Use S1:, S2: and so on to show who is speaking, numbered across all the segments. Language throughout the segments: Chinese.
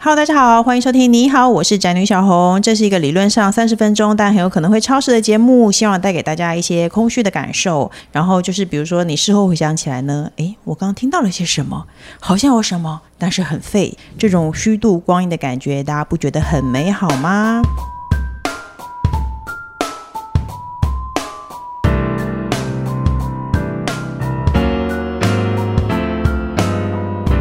S1: Hello，大家好，欢迎收听。你好，我是宅女小红。这是一个理论上三十分钟，但很有可能会超时的节目，希望带给大家一些空虚的感受。然后就是，比如说你事后回想起来呢，诶，我刚刚听到了些什么？好像有什么，但是很废。这种虚度光阴的感觉，大家不觉得很美好吗？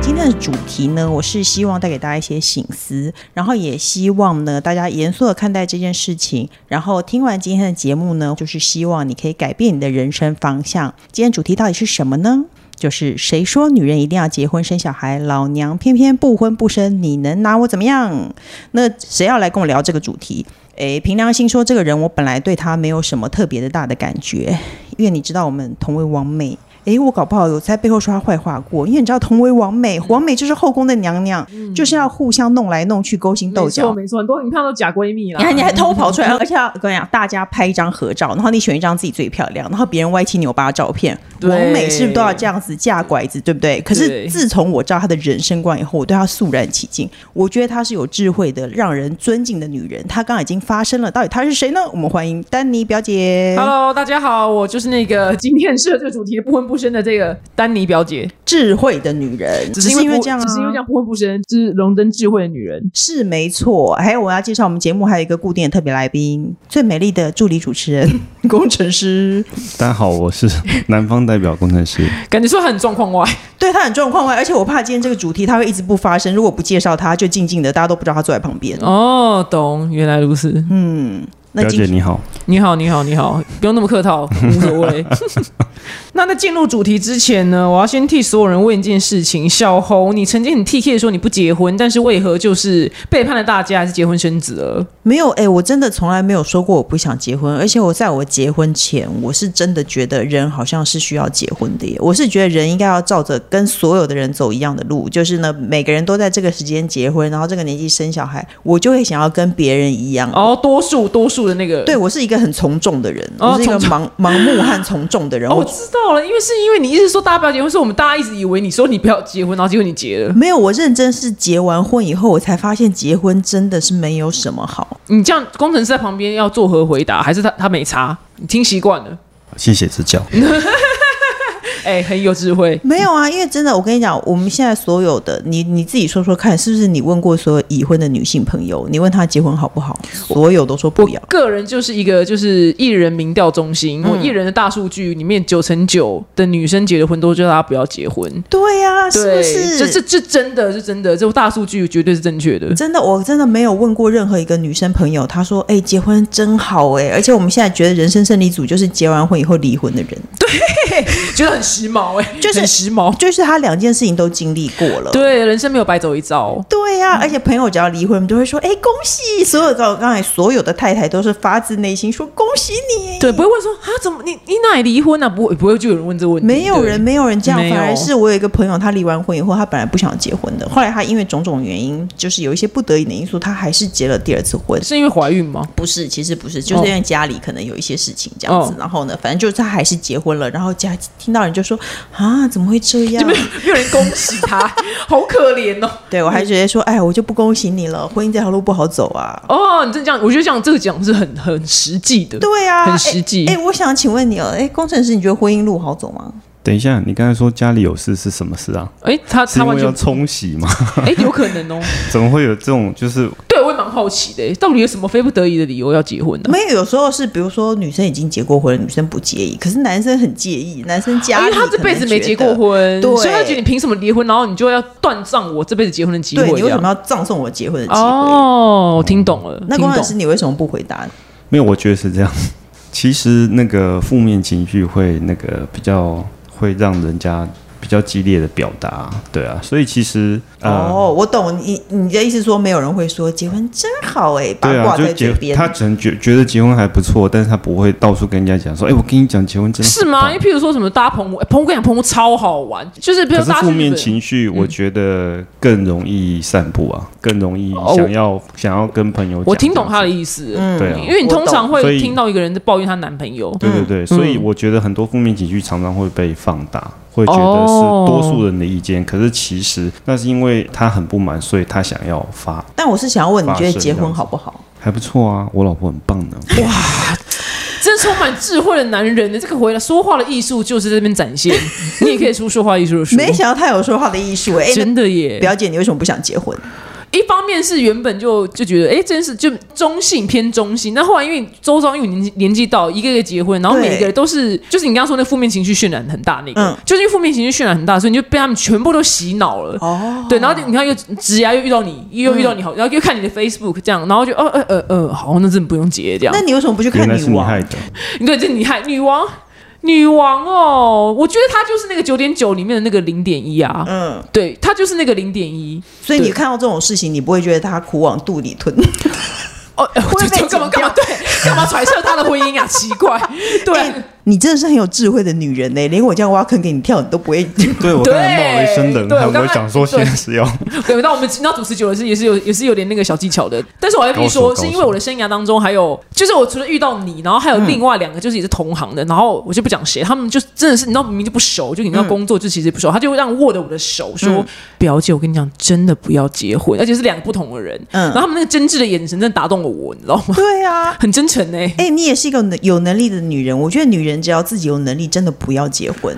S1: 今天的主题呢，我是希望带给大家一些醒思，然后也希望呢大家严肃的看待这件事情。然后听完今天的节目呢，就是希望你可以改变你的人生方向。今天主题到底是什么呢？就是谁说女人一定要结婚生小孩，老娘偏偏不婚不生，你能拿我怎么样？那谁要来跟我聊这个主题？诶，凭良心说，这个人我本来对他没有什么特别的大的感觉，因为你知道我们同为王美，诶，我搞不好有在背后说他坏话过，因为你知道同为王美，王美就是后宫的娘娘，就是要互相弄来弄去，勾心斗
S2: 没错
S1: 角。
S2: 没错，很多你看到假闺蜜啦
S1: 你，看，你还偷跑 出来，而且要我跟你讲，大家拍一张合照，然后你选一张自己最漂亮，然后别人歪七扭八的照片。
S2: 对
S1: 王美是不是都要这样子架拐子，对不对？可是
S2: 对
S1: 自从我知道她的人生观以后，我对她肃然起敬。我觉得她是有智慧的、让人尊敬的女人。她刚刚已经发生了，到底她是谁呢？我们欢迎丹妮表姐。
S2: Hello，大家好，我就是那个 今天设这个主题不婚不生的这个丹尼表姐，
S1: 智慧的女人，
S2: 只是因
S1: 因为
S2: 不
S1: 这样、啊，
S2: 只是因为这样不婚不生，就是荣登智慧的女人。
S1: 是没错，还有我要介绍我们节目还有一个固定的特别来宾，最美丽的助理主持人、 工程师，
S3: 大家好，我是南方代表工程师。
S2: 感觉说很状况外，
S1: 对他很状况外，而且我怕今天这个主题它会一直不发生，如果不介绍他，就静静的，大家都不知道他坐在旁边。
S2: 哦，懂，原来如此。
S1: 嗯，那
S3: 表
S1: 今
S3: 姐你好，
S2: 你好，你好，你好，不用那么客 套，无所谓。那在进入主题之前呢，我要先替所有人问一件事情：小红，你曾经很 T K 的说你不结婚，但是为何就是背叛了大家，还是结婚生子了？
S1: 没有，哎、我真的从来没有说过我不想结婚，而且我在我结婚前，我是真的觉得人好像是需要结婚的耶。我是觉得人应该要照着跟所有的人走一样的路，就是呢，每个人都在这个时间结婚，然后这个年纪生小孩，我就会想要跟别人一样。
S2: 哦，多数多数的那个，
S1: 对我是一个很从众的人，
S2: 哦
S1: 我是一个
S2: 从
S1: 盲盲目和从众的人。
S2: 哦，我
S1: 我
S2: 知道了，因为是因为你一直说大家不要结婚，是我们大家一直以为你说你不要结婚，然后结果你结了。
S1: 没有，我认真是结完婚以后，我才发现结婚真的是没有什么好。
S2: 你这样，工程师在旁边要作何回答？还是他他没查？你听习惯了，
S3: 谢谢指教。
S2: 哎、很有智慧。
S1: 没有啊，因为真的，我跟你讲，我们现在所有的，你你自己说说看，是不是你问过所有已婚的女性朋友，你问她结婚好不好，所有都说不要。
S2: 个人就是一个就是艺人民调中心，
S1: 嗯
S2: 我艺人的大数据里面九成九的女生结了婚都叫大家不要结婚，
S1: 对呀、是不
S2: 对，
S1: 是？
S2: 这这这真的是真的，这大数据绝对是正确的。
S1: 真的，我真的没有问过任何一个女生朋友，她说：“哎、结婚真好哎、而且我们现在觉得人生胜利组就是结完婚以后离婚的人，
S2: 觉得很时髦哎、
S1: 就是
S2: 很时髦。
S1: 就是她两件事情都经历过了。
S2: 对，人生没有白走一遭。
S1: 对呀、而且朋友只要离婚，就会说：“哎、恭喜！”所有的刚才所有的太太都是发自内心说：“恭喜你。”
S2: 对，不会问说啊，怎么你你哪里离婚啊？不会不会就有人问这个问题，
S1: 没有
S2: 对
S1: 人，没有人这样，
S2: 没有
S1: 反而是我有一个朋友，他离完婚以后，他本来不想结婚的，后来他因为种种原因，就是有一些不得已的因素，他还是结了第二次婚。哦
S2: 是因为怀孕吗？
S1: 不是，其实不是，就是因为家里可能有一些事情这样子，
S2: 哦
S1: 然后呢，反正就是他还是结婚了，然后家听到人就说啊，怎么会这样
S2: 没？有没有人恭喜 他，好可怜哦。
S1: 对我还直接说，哎，我就不恭喜你了，婚姻这条路不好走啊。
S2: 哦，你这样，我觉得这样这个讲是很很实际的。
S1: 对啊，
S2: 很实际
S1: 哎、哎我想请问你哦，哎、工程师，你觉得婚姻路好走吗？
S3: 等一下，你刚才说家里有事是什么事啊？
S2: 哎，他
S3: 是
S2: 他
S3: 因
S2: 完
S3: 为要
S2: 全
S3: 冲洗吗？
S2: 哎，有可能 哦。
S3: 怎么会有这种？就是
S2: 对，我也蛮好奇的，到底有什么非不得已的理由要结婚呢、
S1: 没有，有时候是比如说女生已经结过婚了，女生不介意，可是男生很介意，男生家
S2: 啊因
S1: 里
S2: 为他
S1: 可
S2: 这
S1: 能
S2: 辈子没
S1: 觉
S2: 结
S1: 得
S2: 过。婚，
S1: 对
S2: 所以他觉得你凭什么离婚，然后你就要断葬我这辈子结婚的机会
S1: 对
S2: 这样？
S1: 你为什么要葬送我结婚的机会？
S2: 哦，我听懂了，
S1: 那
S2: 听
S1: 工程
S2: 懂
S1: 师，你为什么不回答？
S3: 没有，我觉得是这样。其实那个负面情绪会那个比较会让人家比较激烈的表达，对啊。所以其实呃，
S1: 哦，我懂你你的意思，说没有人会说结婚真好哎、八
S3: 对啊，
S1: 卦
S3: 就
S1: 在
S3: 结
S1: 嘴边。
S3: 他只能觉觉得结婚还不错，但是他不会到处跟人家讲说，哎，我跟你讲，结婚真的
S2: 是
S3: 很
S2: 吗？
S3: 棒
S2: 因为譬如说什么搭澎湖，哎澎湖跟你讲澎湖超好玩，就是嗯比如
S3: 可是
S2: 搭
S3: 负面情绪，我觉得更容易散布啊，更容易想要、想要跟朋友讲。
S2: 哦我听懂他的
S3: 意
S2: 意思，
S1: 嗯
S3: 对啊
S2: 因为嗯你通常
S3: 我懂所
S2: 会
S3: 以
S2: 听到一个人在抱怨她男朋友，
S3: 对对对，所以我觉得很多负面情绪常常会被放大，会觉得是
S2: 哦
S3: 多数人的意见，可是其实那是因为他很不满，所以他想要发，
S1: 但我是想要问，你觉
S3: 发
S1: 得
S3: 生
S1: 结
S3: 这样
S1: 婚
S3: 子
S1: 好不好？
S3: 还不错啊，我老婆很棒 呢。
S2: 真充满智慧的男人呢，这个回答说话的艺术就是在这边展 现。你也可以出说话艺术的书，
S1: 没想到他有说话的艺术哎、那
S2: 真的耶。
S1: 表姐，你为什么不想结婚？
S2: 一方面是原本就就觉得，哎、真是就中性偏中性。那后来因为周遭因为年纪年纪到，一个一个结婚，然后
S1: 对
S2: 每个人都是，就是你刚刚说那负面情绪渲染很大那个，
S1: 嗯
S2: 就是因为负面情绪渲染很大，所以你就被他们全部都洗脑了。
S1: 哦，嗯
S2: 对，然后你看又职涯又遇到你，又遇到你好，然后又看你的 Facebook 这样，然后就哦呃呃呃，好，那真的不用结这样
S1: 那。你为什么不去看
S3: 原来是
S1: 女
S3: 你
S1: 王？
S3: 害的，
S2: 对，这女害女王，女王哦，我觉得她就是那个九点九里面的那个零点一啊，
S1: 嗯，
S2: 对，她就是那个零点一。
S1: 所以你
S2: 对
S1: 看到这种事情，你不会觉得他苦往肚里 吞，
S2: 哦，呃
S1: 会被
S2: 这这干嘛
S1: 剪
S2: 干
S1: 掉
S2: 嘛对， 干嘛揣测她的婚姻啊？奇 怪，对。
S1: 哎你真的是很有智慧的女人呢、连我这样挖坑给你跳，你都不 会。
S3: 对我
S2: 对
S3: 刚才冒了一身冷
S2: 对我
S3: 汗，
S2: 刚
S3: 我
S2: 才
S3: 想说
S2: 对
S3: 先是要
S2: 对，但我们那主持久了是也是有也是有点那个小技巧的，但是我还必须
S3: 高手
S2: 说，
S3: 高手
S2: 是因为我的生涯当中还有，就是我除了遇到你，然后还
S1: 嗯
S2: 有另外两个就是也是同行的，然后我就不讲谁，他们就真的是你知道明明就不熟，就你
S1: 嗯
S2: 知道工作就其实不熟，他就让握着我的手说：“表姐，我跟你讲，真的不要结婚，而且是两个不同的人。”
S1: 嗯
S2: 然后他们那个真挚的眼神真的打动了我，你知道吗？
S1: 对啊，
S2: 很真诚哎、
S1: 哎、你也是一个能有能力的女人。我觉得女人只要自己有能力，真的不要结婚。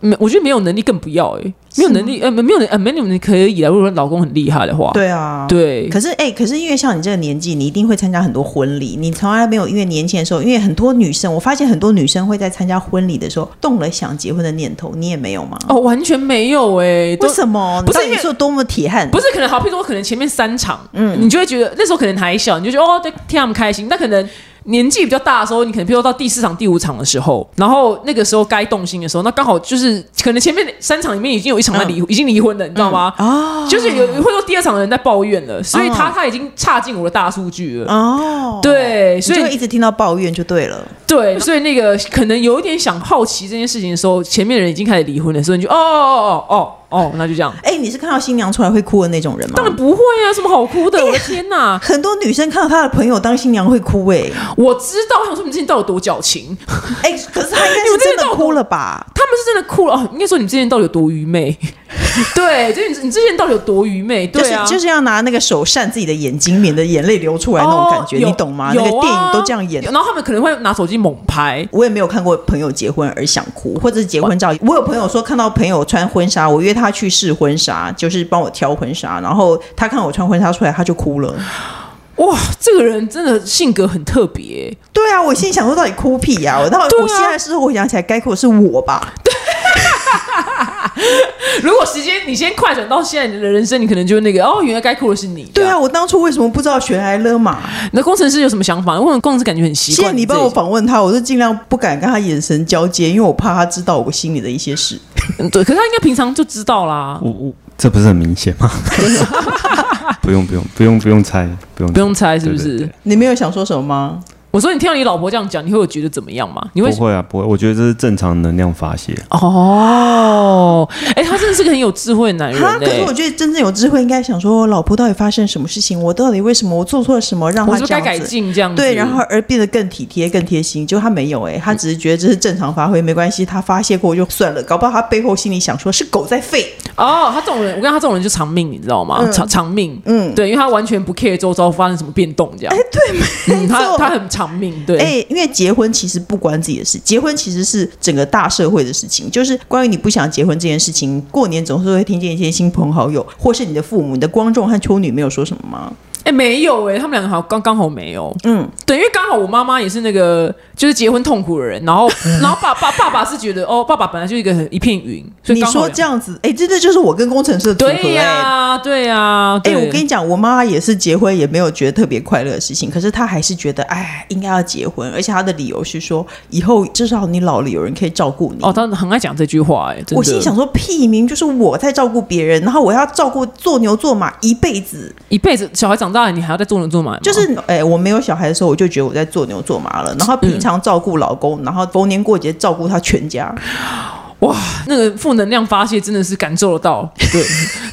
S2: 没，我觉得没有能力更不要哎、没有能力呃没没有能呃没有能力可以啦。如果老公很厉害的话，
S1: 对啊，。
S2: 哦对
S1: 可是哎、可是因为像你这个年纪，你一定会参加很多婚礼。你从来没有因为年轻的时候，因为很多女生，我发现很多女生会在参加婚礼的时候动了想结婚的念头，你也没有吗？
S2: 哦完全没有哎、都
S1: 为什么？
S2: 不是
S1: 到底
S2: 因为
S1: 是有多么铁汉？
S2: 不是可能好，譬如说，可能前面三场，嗯，你就会觉得那时候可能还小，你就觉得哦，对，替他们开心。但可能年纪比较大的时候，你可能譬如说到第四场、第五场的时候，然后那个时候该动心的时候，那刚好就是可能前面三场里面已经有一场在离、已经离婚了，你知道吗？
S1: 哦
S2: 就是有会说第二场的人在抱怨了，所以他、
S1: 嗯
S2: 他已经差进我的大数据了。
S1: 哦，，
S2: 对，
S1: 所
S2: 所
S1: 以就会一
S2: 以
S1: 直听到抱怨就对了。
S2: 对，所以那个可能有一点想好奇这件事情的时候，前面的人已经开始离婚了，所以你就哦哦哦哦哦，那就这样。
S1: 哎、你是看到新娘出来会哭的那种人吗？
S2: 当然不会啊，什么好哭的？我的天哪！
S1: 很多女生看到她的朋友当新娘会哭、哎
S2: 我知道，我想说你们之前到底有多矫情？
S1: 哎、可是她应 该是真的哭了吧？
S2: 他们是真的哭了哦。应该说你们之前到底有多 愚昧？对，就是你你之前到底有多愚昧？对啊，
S1: 就是就是要拿那个手扇自己的眼睛，免得眼泪流出来那种感觉，
S2: 哦有
S1: 你懂吗？
S2: 有
S1: 那
S2: 啊
S1: 个电影都这样演。
S2: 然后他们可能会拿手机猛拍。
S1: 我也没有看过朋友结婚而想哭，或者是结婚照。我有朋友说看到朋友穿婚纱，我约他去试婚纱，就是帮我挑婚纱，然后他看我穿婚纱出来，他就哭了。
S2: 哇，这个人真的性格很特别。
S1: 对啊，我心里想说到底哭屁呀、我到、
S2: 对啊
S1: 我现在事后回想起来，该哭的是我吧？
S2: 如果时间你先快转到现在你的人生，你可能就那个哦，原来该哭的是你。
S1: 对啊，，我当初为什么不知道学来勒马？
S2: 那工程师有什么想法？我工程师感觉很习
S1: 谢谢
S2: 惯。
S1: 你帮我访问他，我就尽量不敢跟他眼神交接，因为我怕他知道我心里的一些事。
S2: 嗯对，可是他应该平常就知道啦，
S3: 我我这不是很明显吗？ 不用不用不用不用猜，不用
S2: 不用猜是不
S3: 对对
S2: 是？
S3: 对
S1: 你没有想说什么吗？
S2: 我说你听到你老婆这样讲，你会有觉得怎么样吗？你会
S3: 不会啊，不会，我觉得这是正常能量发泄。
S2: 哦，哎、他真的是个很有智慧的男人、
S1: 哈，
S2: 欸。
S1: 可是我觉得真正有智慧应该想说，老婆到底发生什么事情？我到底为什么我做错了什么，让
S2: 我
S1: 她
S2: 是不是
S1: 这
S2: 该
S1: 样
S2: 改
S1: 子？
S2: 进这样子？
S1: 对，然后而变得更体贴、更贴心。就他没有哎、欸，他只是觉得这是正常发挥，没关系，他发泄过就算了。搞不好他背后心里想说，是狗在吠。
S2: 哦，他这种人，我跟他这种人就长命，你知道吗？
S1: 嗯
S2: 长长命，
S1: 嗯
S2: 对，因为他完全不 care 周遭发生什么变动这样。哎、对，嗯、
S1: 没
S2: 他
S1: 错
S2: 他很长命，对。
S1: 哎、因为结婚其实不关自己的事，结婚其实是整个大社会的事情。就是关于你不想结婚这件事情，过年总是会听见一些亲朋好友，或是你的父母、你的光众和秋女没有说什么吗？
S2: 哎、没有哎、他们两个好像刚刚好没有，
S1: 嗯
S2: 嗯，对，因为刚好我妈妈也是那个就是结婚痛苦的人，然后 然后爸爸爸爸是觉得哦，爸爸本来就一个很一片云，所以
S1: 你
S2: 刚好
S1: 说
S2: 两
S1: 这样子，哎、真的就是我跟工程师的组合、
S2: 对呀、
S1: 哎
S2: 对呀、
S1: 哎、
S2: 对
S1: 我跟你讲，我妈妈也是结婚，也没有觉得特别快乐的事情，可是她还是觉得，哎，应该要结婚，而且她的理由是说，以后至少你老了有人可以照顾你。
S2: 哦，他很爱讲这句话哎、真的
S1: 我心里想说，屁明就是我在照顾别人，然后我要照顾做牛做马一辈子。
S2: 一辈子小孩长大了，你还要再做牛做马吗，
S1: 就是，哎、我没有小孩的时候，我就觉得我在做牛做马了。然后
S2: 嗯
S1: 平常照顾老公，然后逢年过节照顾他全家。
S2: 那个负能量发泄真的是感受得 到。对，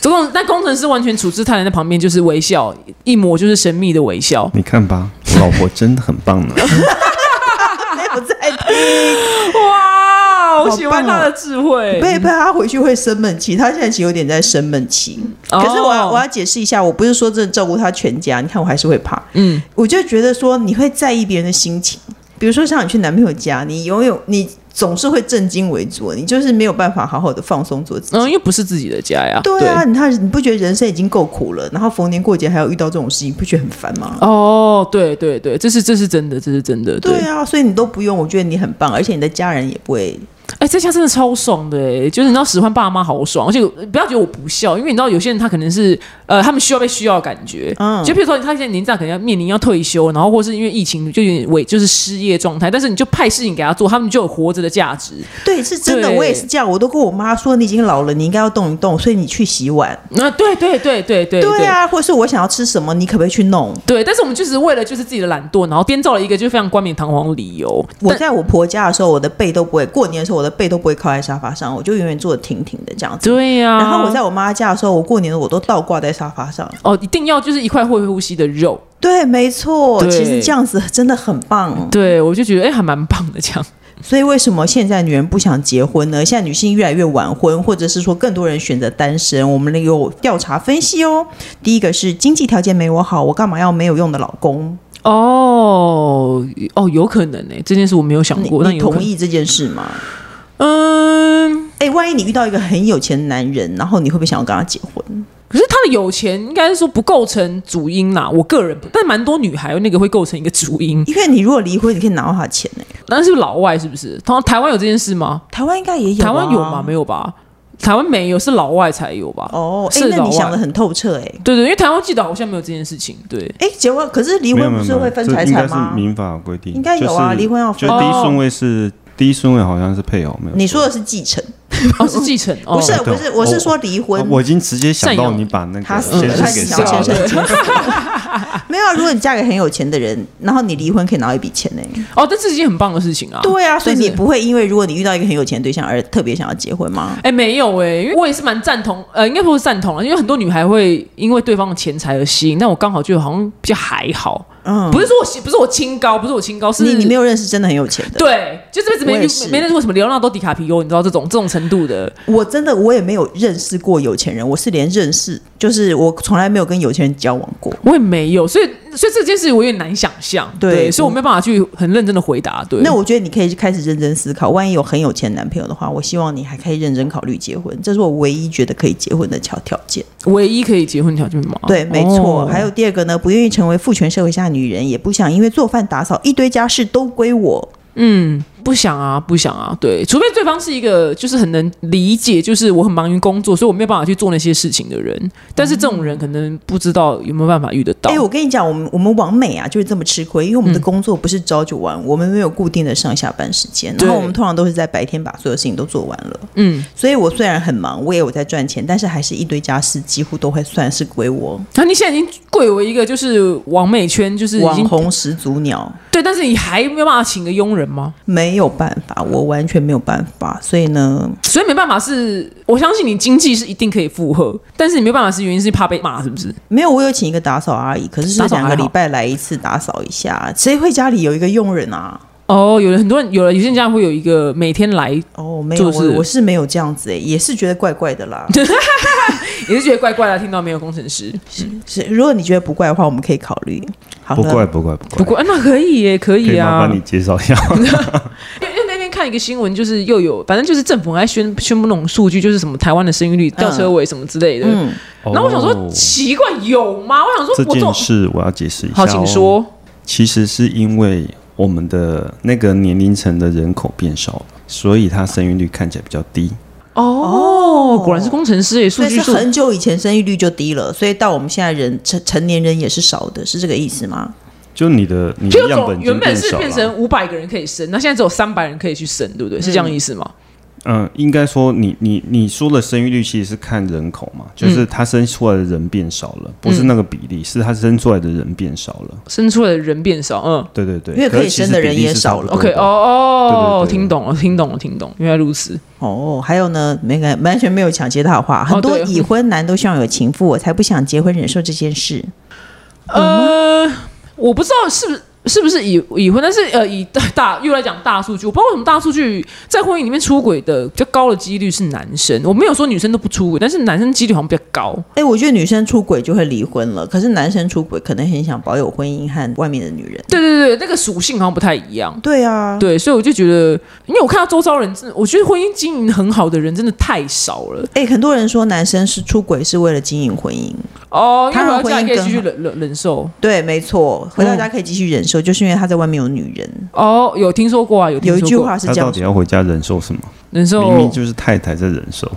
S2: 总共但工程师完全处之泰然，在旁边就是微笑，一抹就是神秘的微笑。
S3: 你看吧， 我老婆真的很棒呢。
S1: 没有在听，
S2: 哇我喜欢他的智慧。
S1: 被被他回去会生闷气，他现在其实有点在生闷气。
S2: 哦
S1: 可是我要我要解释一下，我不是说真的照顾他全家，你看我还是会怕。
S2: 嗯，
S1: 我就觉得说你会在意别人的心情，比如说像你去男朋友家，你永远你总是会正襟危坐，你就是没有办法好好的放松做自己。
S2: 嗯，因为不是自己的家呀。
S1: 对啊，你看你不觉得人生已经够苦了，然后逢年过节还要遇到这种事情，不觉得很烦吗？
S2: 哦，对对对，这是这是真的，这是真的。
S1: 对啊，所以你都不用，我觉得你很棒，而且你的家人也不会
S2: 哎、在家真的超爽的、哎，就是你知道使唤爸妈好爽，而且呃不要觉得我不孝，因为你知道有些人他可能是呃他们需要被需要的感觉，
S1: 嗯
S2: 就比如说他现在年纪大，可能要面临要退休，然后或是因为疫情就有点为就是失业状态，但是你就派事情给他做，他们就有活着的价值。
S1: 对，是真的，
S2: 对
S1: 我也是这样。我都跟我妈说，你已经老了，你应该要动一动，所以你去洗碗。
S2: 那、对对对对对
S1: 对啊，或是我想要吃什么，你可不可以去弄？
S2: 对，但是我们就是为了就是自己的懒惰，然后编造了一个就是非常冠冕堂皇的理由。
S1: 我
S2: 但
S1: 在我婆家的时候，我的背都不会，过年的时候我的背都不会靠在沙发上，我就永远坐得挺挺的这样子。
S2: 对啊呀、
S1: 然后我在我妈家的时候，我过年我都倒挂在沙发上。
S2: 哦，一定要就是一块会呼吸的肉。
S1: 对，没错，
S2: 对
S1: 其实这样子真的很棒。
S2: 对，我就觉得哎、还蛮棒的这样。
S1: 所以为什么现在女人不想结婚呢？现在女性越来越晚婚，或者是说更多人选择单身。我们有调查分析哦。第一个是经济条件没我好，我干嘛要没有用的老公？
S2: 哦哦，有可能哎、这件事我没有想过。那
S1: 你
S2: 有可
S1: 同
S2: 能？
S1: 意这件事吗？
S2: 嗯，
S1: 哎、万一你遇到一个很有钱的男人，然后你会不会想要跟他结婚？
S2: 可是他的有钱应该是说不构成主因啦。我个人不，但蛮多女孩那个会构成一个主因。
S1: 因为你如果离婚，你可以拿到他的钱哎呢、
S2: 但是老外是不是？台台湾有这件事吗？
S1: 台湾应该也有、啊
S2: 台湾有啊吗？？没有吧？台湾没有，是老外才有吧？
S1: 哦，哎、
S2: 是
S1: 那
S2: 老
S1: 你
S2: 外
S1: 想的很透彻哎、欸。
S2: 对对，因为台湾记得好像没有这件事情。对，
S1: 哎、结婚可是离
S3: 没有
S1: 婚
S3: 没
S1: 不
S3: 有
S1: 是
S3: 没
S1: 会
S3: 有
S1: 分
S3: 这
S1: 财
S3: 应该
S1: 产
S3: 是
S1: 吗？
S3: 民法规定
S1: 应该有啊
S3: 就是
S1: 离婚要
S3: 就
S1: 分
S3: 是第一
S2: 哦
S3: 顺位是第一顺位好像是配偶，没有错。
S1: 你说的是继承，
S2: 哦，是继承，哦、
S1: 不是啊
S3: 哦
S1: 不是，我是说离婚
S3: 哦。我已经直接想
S2: 赡
S3: 到
S2: 养
S3: 你把那
S1: 他
S3: 个
S1: 死了，
S3: 先
S1: 他
S3: 生给
S1: 是
S3: 杀
S1: 小
S3: 了
S1: 先生已经死了 没有啊，如果你嫁给很有钱的人，然后你离婚可以拿到一笔钱呢、
S2: 哦，但这是一件很棒的事情啊。
S1: 对啊，所以
S2: 但
S1: 你
S2: 是
S1: 不会因为如果你遇到一个很有钱的对象而特别想要结婚吗？
S2: 哎、没有哎、因为我也是蛮赞同，呃，应该不是赞同了，因为很多女孩会因为对方的钱财而吸引，但我刚好就好像比较还好，
S1: 嗯，
S2: 不是说我喜不是我清高，不是我清高，是
S1: 你你没
S2: 有
S1: 有认识真的很有钱的。
S2: 对，就这辈子没
S1: 我也是
S2: 没没认识过什么流浪到迪卡皮欧，你知道这种这种程度的，
S1: 我真的我也没有认识过有钱人，我是连认识，就是我从来没有跟有钱人交往过。
S2: 我也没有，所以所以这件事我有点难想象，
S1: 对
S2: 对，所以我没有办法去很认真的回答，对，
S1: 那我觉得你可以开始认真思考，万一有很有钱的男朋友的话，我希望你还可以认真考虑结婚，这是我唯一觉得可以结婚的条条件。
S2: 唯一可以结婚条件嘛，
S1: 对，没错。
S2: 哦
S1: 还有第二个呢，不愿意成为父权社会下的女人，也不想因为做饭打扫一堆家事都归我。
S2: 嗯，不想啊，不想啊，对，除非对方是一个就是很能理解，就是我很忙于工作，所以我没有办法去做那些事情的人。但是这种人可能不知道有没有办法遇得到。
S1: 哎、我跟你讲，我们我们网美啊就是这么吃亏，因为我们的工作不是朝九晚五，我们没有固定的上下班时间，然后
S2: 对
S1: 我们通常都是在白天把所有事情都做完了。
S2: 嗯，
S1: 所以我虽然很忙，我也有在赚钱，但是还是一堆家事几乎都会算是归我。
S2: 那、你现在已经贵为一个就是网美圈，就是已
S1: 网
S2: 经
S1: 红始祖鸟
S2: 对，但是你还没有办法请个佣人吗？
S1: 没有办法，我完全没有办法。所以呢，
S2: 所以没办法是，我相信你经济是一定可以负荷，但是你没办法是原因是怕被骂，是不是？
S1: 没有我有请一个打扫阿姨，可是是
S2: 打扫还
S1: 两
S2: 好
S1: 个礼拜来一次打扫一下，谁会家里有一个佣人啊？
S2: 哦，有的很多人有了，有些人家会有一个每天来，
S1: 哦，没有，
S2: 就是
S1: 我我是没有这样子、欸，也是觉得怪怪的 啦。
S2: 也是觉得怪怪的，听到没有工程师。
S1: 是，如果你觉得不怪的话，我们可以考虑。好
S3: 不
S1: 了，
S3: 怪不怪不怪，
S2: 不过、啊、那可以耶，可
S3: 可
S2: 以
S3: 以麻
S2: 啊，
S3: 烦你介绍一下。
S2: 因为因为那天看一个新闻，就是又有，反正就是政府还宣宣布那种数据，就是什么台湾的生育率、吊车尾什么之类的。
S1: 嗯，
S2: 然后我想说，
S3: 哦
S2: 奇怪，有吗？我想说，
S3: 这
S2: 我
S3: 件事我要解释一下、哦。
S2: 好，请说。
S3: 其实是因为我们的那个年龄层的人口变少了，所以它生育率看起来比较低。
S2: 哦，果然是工程师诶，数
S1: 所以
S2: 据
S1: 是
S2: 数
S1: 很久以前生育率就低了，所以到我们现在人成成年人也是少的，是这个意思吗？
S3: 就你的你
S2: 就
S3: 的
S2: 是
S3: 样
S2: 从
S3: 本已
S2: 原
S3: 经
S2: 本是
S3: 少
S2: 变
S3: 了。
S2: 成五百个人可以生，那现在只有三百人可以去生，对不对？是这样意思吗？
S3: 嗯、应该说你你你说的生育率其实是看人口嘛，
S1: 嗯
S3: 就是它生出来的人变少了，不是那个比例，是它生出来的人变少了。
S2: 生出来的人变少，嗯。
S3: 对对对，
S1: 因为可以生的人也少了
S3: 可
S2: OK，
S3: 是其实比例是差不多
S2: 哦
S3: 的
S2: 哦，
S3: 对对对
S2: 听懂了，听懂了，听懂了，原来如此。
S1: 哦，还有呢，没敢完全没有抢劫他的话，很多
S2: 对
S1: 已婚男都希望有情妇，我才不想结婚忍受这件事。
S2: 呃，我不知道是不是是不是已已婚？但是呃，以大大又来讲大数据，我不知道为什么大数据在婚姻里面出轨的比较高的几率是男生。我没有说女生都不出轨，但是男生几率好像比较高。
S1: 哎、我觉得女生出轨就会离婚了，可是男生出轨可能很想保有婚姻和外面的女人。
S2: 对对对，那个属性好像不太一样。
S1: 对啊，
S2: 对，所以我就觉得，因为我看到周遭人，真的，我觉得婚姻经营很好的人真的太少了
S1: 哎、很多人说男生是出轨是为了经营婚姻，
S2: 哦。因
S1: 他
S2: 为
S1: 让
S2: 我要
S1: 婚
S2: 嫁
S1: 姻
S2: 可以
S1: 更
S2: 继续
S1: 好
S2: 忍忍忍受
S1: 对，没
S3: 嗯
S1: 错，回到家可以继续忍受，就是因为他在外面有女人。
S2: 哦，有听说过啊，有听
S1: 有
S2: 说
S1: 一
S2: 过
S1: 句话是
S3: 他
S1: 这
S3: 到
S1: 样
S3: 底
S1: 说，
S3: 要回家忍受什么？
S2: 忍受，
S3: 明明就是太太在忍受，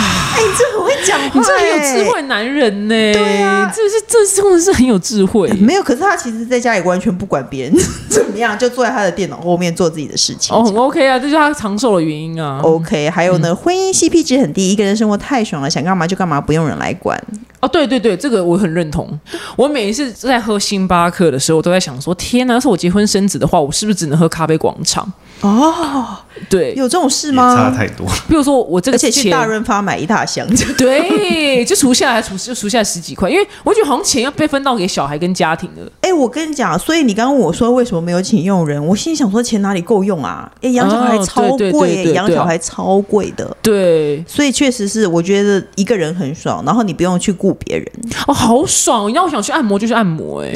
S1: 很会讲话、欸
S2: 你真的很有智慧的男人呢、
S1: 对啊
S2: 这是这是真的是很有智慧。
S1: 没有，可是他其实在家里完全不管别人 怎么样，就坐在他的电脑后面做自己的事情。
S2: 哦，很 OK 啊，这就是他长寿的原因啊。哦，
S3: 嗯
S1: OK，还有呢，婚姻 CP 值很低，一个人生活太爽了，想干嘛就干嘛，不用人来管。
S2: 哦对对对，这个我很认同。我每一次在喝星巴克的时候，我都在想说，天哪，啊要是我结婚生子的话，我是不是只能喝咖啡广场？
S1: 哦，
S2: 对，
S1: 有这种事
S3: 也
S1: 吗？
S3: 差太 多。
S2: 比如说我这
S1: 而
S2: 个
S1: 且去
S2: 钱
S1: 大润发买一大箱，
S2: 对，就除下来除就除下来十几块，因为我觉得好像钱要被分到给小孩跟家庭了。
S1: 哎、我跟你讲，所以你刚刚问我说为什么没有请佣人，我心里想说钱哪里够用啊？哎、养小孩
S2: 哦
S1: 超
S2: 对对
S1: 贵、
S2: 对对
S1: 养
S2: 对
S1: 小
S2: 啊
S1: 孩超贵的。
S2: 对，
S1: 所以确实是，我觉得一个人很爽，然后你不用去顾别人。
S2: 哦，好爽！你让我想去按摩就去按摩、哎。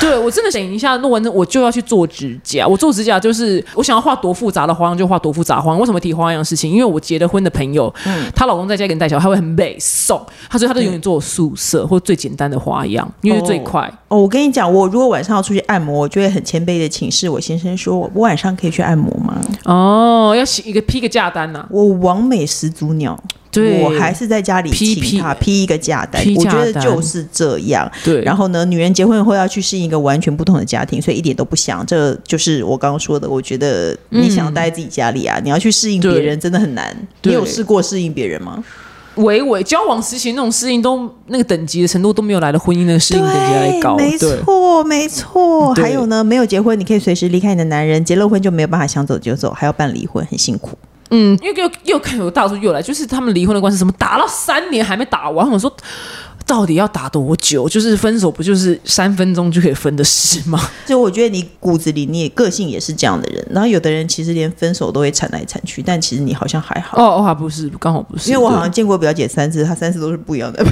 S2: 对，我真的等一下弄完之后，我就要去做指甲。我做指甲就是我想要画多复杂的花样就画多复杂的花样。为什么提花样的事情？因为我结了婚的朋友，她、老公在家给人带小孩，他会很美送，他说他都永远做素色或最简单的花样，因为是最
S1: 哦
S2: 快。
S1: 哦，我跟你讲，我如果晚上要出去按摩，我就会很谦卑的请示我先生说，我晚上可以去按摩吗？
S2: 哦，要写一个批个价单啊呐、
S1: 我完美十足鸟，
S2: 对，
S1: 我还是在家里
S2: 批
S1: 请他
S2: 批
S1: 批一个价单
S2: 批。
S1: 我觉
S2: 价
S1: 得
S2: 单
S1: 就是这样。
S2: 对，
S1: 然后呢，女人结婚后要去适应一个完全不同的家庭，所以一点都不想。这就是我刚刚说的，我觉得你想要待在自己家里啊，你要去适应别
S2: 对
S1: 人真的很难。你
S2: 对
S1: 有试过适应别人吗？
S2: 维维交往时期那种适应都那个等级的程度都没有来的婚姻那个适应等级来得高，
S1: 没
S2: 对。
S1: 错，没错。
S2: 对
S1: 还有呢，没有结婚，你可以随时离开你的男人；结了婚就没有办法想走就走，还要办离婚，很辛苦。
S2: 嗯，因为又又看有大叔又来，就是他们离婚的官司，怎么打到三年还没打完？我说到底要打多久？就是分手不就是三分钟就可以分的事吗？
S1: 所以我觉得你骨子里，你也个性也是这样的人。然后有的人其实连分手都会缠来缠去，但其实你好像还好。
S2: 哦哦，还不是，刚好不是，
S1: 因为我
S2: 对
S1: 好像见过表姐三次，她三次都是不一样的。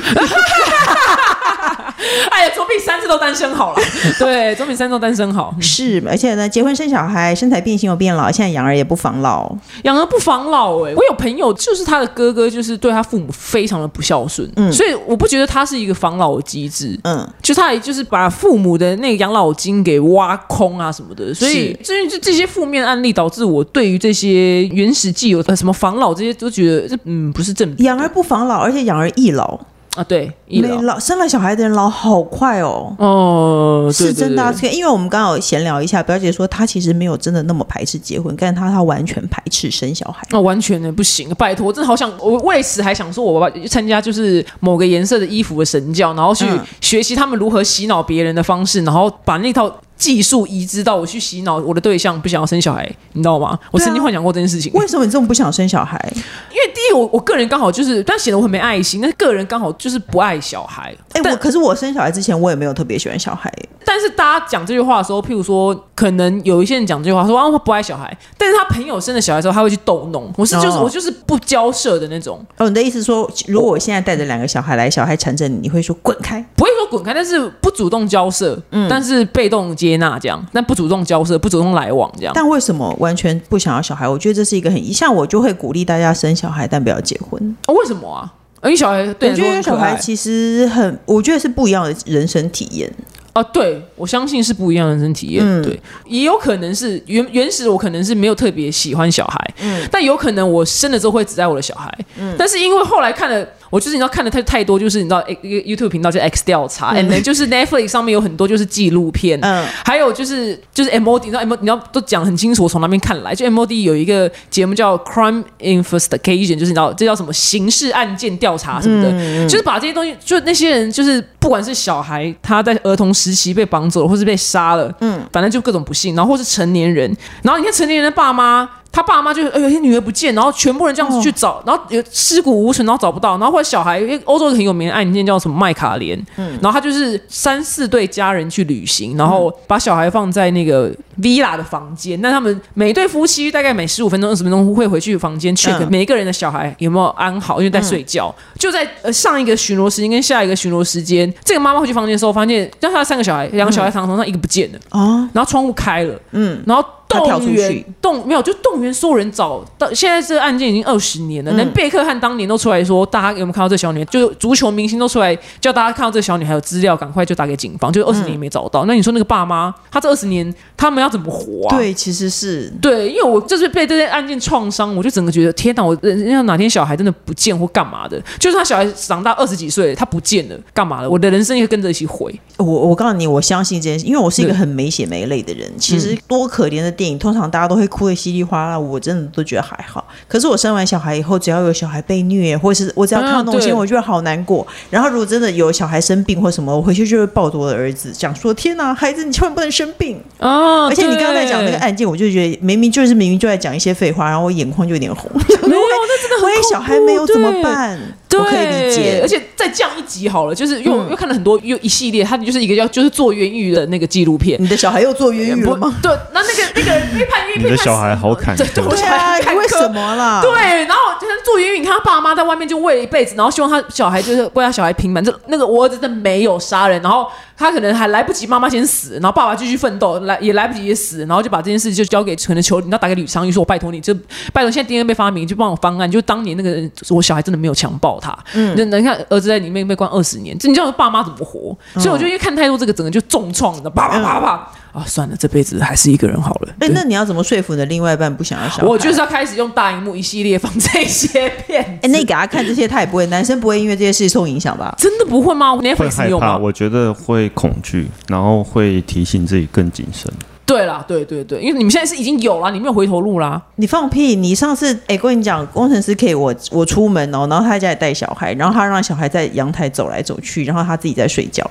S2: 哎呀，总比三次都单身好了。嗯对，总比三次都单身好。
S1: 是，而且呢，结婚生小孩，身材变形又变老，现在养儿也不防老。
S2: 养儿不防老哎、我有朋友就是他的哥哥，就是对他父母非常的不孝顺，所以我不觉得他是一个防老的机制，
S1: 嗯，
S2: 就他也就是把父母的那个养老金给挖空啊什么的，所以至于这这些负面案例，导致我对于这些原始既有呃什么防老这些都觉得这嗯不是正
S1: 养儿不防老，而且养儿易老，
S2: 啊，对，医疗
S1: 没老生了小孩的人老好快哦。
S2: 哦，对
S1: 是真的、啊，
S2: 对对
S1: 所以因为我们刚好闲聊一下，表姐说她其实没有真的那么排斥结婚，但是她她完全排斥生小孩。
S2: 那、哦完全的不行，拜托，我真的好想，我为此还想说，我要参加就是某个颜色的衣服的神教，然后去
S1: 嗯
S2: 学习他们如何洗脑别人的方式，然后把那套技术移植到我去洗脑我的对象不想要生小孩，你知道吗？我
S1: 对啊
S2: 曾经幻想过这件事情。
S1: 为什么你这么不想生小孩？
S2: 因为第一，我我个人刚好就是，但显得我很没爱心，但是个人刚好就是不爱小孩。
S1: 哎、
S2: 但
S1: 我可是我生小孩之前，我也没有特别喜欢小孩。
S2: 但是大家讲这句话的时候，譬如说，可能有一些人讲这句话说啊，我不爱小孩，但是他朋友生了小孩之后，他会去逗弄。我是就是、
S1: 哦
S2: 我就是不交涉的那种。
S1: 哦，你的意思说，如果我现在带着两个小孩来，小孩缠着你，你会说滚开？
S2: 不会说滚开，但是不主动交涉，
S1: 嗯
S2: 但是被动接纳这样，但不主动交涉，不主动来往这样。
S1: 但为什么完全不想要小孩？我觉得这是一个很像我就会鼓励大家生小孩，但不要结婚。
S2: 哦、为什么啊？因为小孩对
S1: 我
S2: 你
S1: 觉
S2: 来说
S1: 得
S2: 很
S1: 小
S2: 可
S1: 孩
S2: 爱
S1: 其实很，我觉得是不一样的人生体验。
S2: 哦，对我相信是不一样的人生体验，对，也有可能是原原始我可能是没有特别喜欢小孩，但有可能我生了之后会只爱我的小孩，但是因为后来看了，我就是你知道看的太太多，就是你知道诶一个 YouTube 频道叫 X 调查、a n d then 就是 Netflix 上面有很多就是纪录片，
S1: 嗯
S2: 还有就是就是 MOD，你知道 MOD 你要都讲得很清楚，我从那边看来，就 MOD 有一个节目叫 Crime Investigation，就是你知道这叫什么刑事案件调查什么的，就是把这些东西，就那些人就是不管是小孩他在儿童时期被绑走了，或是被杀了，嗯，反正就各种不幸，然后或是成年人，然后你看成年人的爸妈。他爸妈就哎呦，他女儿不见，然后全部人
S1: 哦
S2: 这样子去找，然后有尸骨无存，然后找不到，然后后来小孩，因为欧洲有个很有名的案件叫什么麦卡莲，
S1: 嗯
S2: 然后他就是三四对家人去旅行，然后把小孩放在那个 villa 的房间，那他们每一对夫妻大概每十五分钟、二十分钟会回去房间 check、
S1: 嗯
S2: 每一个人的小孩有没有安好，因为在睡觉。就在呃上一个巡逻时间跟下一个巡逻时间，这个妈妈回去房间的时候，发现让她的三个小孩，两个小孩躺床上，一个不见了，
S1: 嗯哦，
S2: 然后窗户开了，
S1: 嗯，
S2: 然后
S1: 他跳
S2: 动
S1: 出
S2: 员
S1: 去
S2: 动没有，就动员所有人找到。现在这个案件已经二十年
S1: 嗯
S2: 了，连贝克汉当年都出来说，大家有没有看到这小女孩？就是足球明星都出来叫大家看到这小女孩有资料，赶快就打给警方。就二
S1: 嗯
S2: 十年没找到，那你说那个爸妈，他这二十年他们要怎么活啊？
S1: 对，其实是
S2: 对，因为我就是被这些案件创伤，我就整个觉得天哪！我人家哪天小孩真的不见或干嘛的，就是他小孩长大二十几岁，他不见了，干嘛了？我的人生也跟着一起毁。
S1: 我我告诉你，我相信这件事，因为我是一个
S2: 对嗯
S1: 很没血没泪的人。其实多可怜的电影，通常大家都会哭得稀里哗啦，我真的都觉得还好。可是我生完小孩以后，只要有小孩被虐，或是我只要看到那种
S2: 嗯
S1: 新闻，
S2: 对
S1: 我觉得好难过。然后如果真的有小孩生病或什么，我回去就会抱着我的儿子，讲说：“天哪，孩子，你千万不能生病。
S2: 啊
S1: 而且你刚刚在讲那个
S2: 对
S1: 案件，我就觉得明明就是明明就在讲一些废话，然后我眼眶就有点红。
S2: 没有，那真的很
S1: 万一小孩没有
S2: 恐怖
S1: 怎么
S2: 对
S1: 办？
S2: 对，
S1: 我可以理解。嗯
S2: 而且再降一集好了，就是因为我因为看了很多又一系列，它就是一个叫就是做冤狱的那个纪录片。
S1: 你的小孩又做冤狱
S2: 不
S1: 了吗？
S2: 对，那那个那个被判冤狱，
S3: 你的
S2: 被判死
S3: 小孩好坎坷
S2: 对，对我
S1: 对
S2: 小孩
S1: 啊，
S2: 很坎坷
S1: 为什？么啦？
S2: 对，然后就是做冤狱，你看他爸妈在外面就喂了一辈子，然后希望他小孩就是为他小孩平反。这那个我儿子真的没有杀人，然后他可能还来不及妈妈先死，然后爸爸继续奋斗，来也来不及也死，然后就把这件事就交给可能求你，那打给吕昌钰说：“我拜托你，就拜托现在 DNA 被发明，就帮我方案，就当年那个人我小孩真的没有强暴他，嗯，那你看儿子在里面被关二十年，这你叫爸妈怎么活？所以我就因为看太多这个，整个就重创，你知道，啪啪啪啪。啊，算了，这辈子还是一个人好了。
S1: 哎，
S2: 对
S1: 那你要怎么说服你的另外一半不想要小孩？
S2: 我就是要开始用大荧幕一系列放这些片
S1: 哎，那你给他看这些，他也不会，男生不会因为这些事受影响吧？
S2: 真的不会吗？我连
S3: 会
S2: 粉丝
S3: 害
S2: 有
S3: 怕，
S2: 吗？
S3: 我觉得会恐惧，然后会提醒自己更谨慎。
S2: 对啦，对对对，因为你们现在是已经有了，你没有回头路啦。
S1: 你放屁！你上次哎，跟你讲，工程师 K，我我出门哦，然后他在家里带小孩，然后他让小孩在阳台走来走去，然后他自己在睡觉，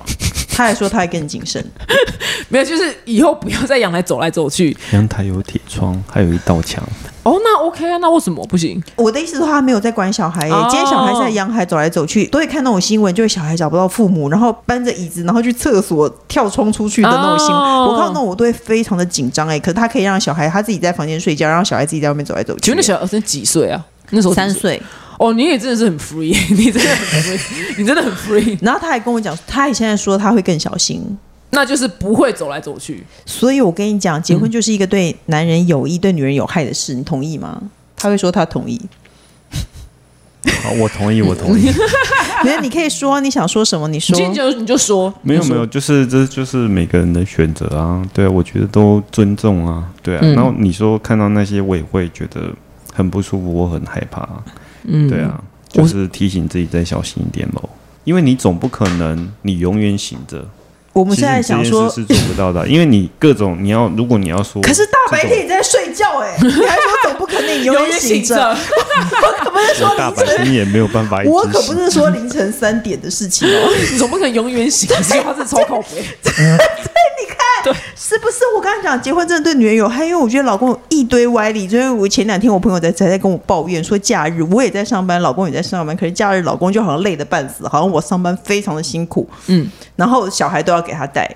S1: 他还说他还更谨慎。
S2: 没有，就是以后不要在阳台走来走去。
S3: 阳台有铁窗，还有一道墙。
S2: 哦，那 OK 啊，那为什么不行？
S1: 我的意思是说，他没有在管小孩耶、
S2: 哦
S1: 今天小孩在阳台走来走去，都会看那种新闻，就是小孩找不到父母，然后搬着椅子，然后去厕所跳冲出去的那种新闻。
S2: 哦
S1: 我看到那种我都会非常的紧张哎。可是他可以让小孩他自己在房间睡觉，让小孩自己在外面走来走去。
S2: 请问那小儿子几岁啊？那时候几
S1: 三岁，
S2: 哦，你也真的是很 free，你 真的很 free，你真的很 free，
S1: 然后他还跟我讲，他也现在说他会更小心。
S2: 那就是不会走来走去。
S1: 所以我跟你讲，结婚就是一个对男人有益、对女人有害的事，你同意吗？他会说他同 意。
S3: 好，我同意，我 同意。
S1: 没有，你可以说啊你想说什么，你说
S2: 你。今天就你就说，
S3: 没有
S2: 你就
S3: 没
S2: 说
S3: 有，，就是这就是每个人的选择啊。对啊，我觉得都尊重啊。对啊，
S2: 嗯
S3: 然后你说看到那些，我也会觉得很不舒服，我很害怕啊。
S2: 嗯
S3: 对，啊，
S2: 我
S3: 就是提醒自己再小心一点喽。因为你总不可能你永远醒着，
S1: 我们
S3: 其
S1: 现
S3: 实
S1: 在想
S3: 你这件
S1: 说
S3: 事，是做 不到的啊，因为你各种你要，如果你要说，
S1: 可是大白
S3: 这种
S1: 天你在睡觉哎、你还说总不可能你永
S2: 永
S1: 远
S2: 远
S1: 醒
S2: 醒
S1: 着，
S2: 着。
S1: 我可不是说
S3: 大
S1: 凌
S3: 白
S1: 晨，
S3: 天也没有办法一直
S1: 我可不
S3: 醒
S1: 是说凌晨三点的事情 哦。
S2: 你总不可能永远醒，这句话是超靠 背。
S1: 是不是？我刚才讲结婚真的对女人有害，因为我觉得老公有一堆歪理。因为我前两天我朋友在才在跟我抱怨说，假日我也在上班，老公也在上班，可是假日老公就好像累得半死，好像我上班非常的辛苦，
S2: 嗯，
S1: 然后小孩都要给他带，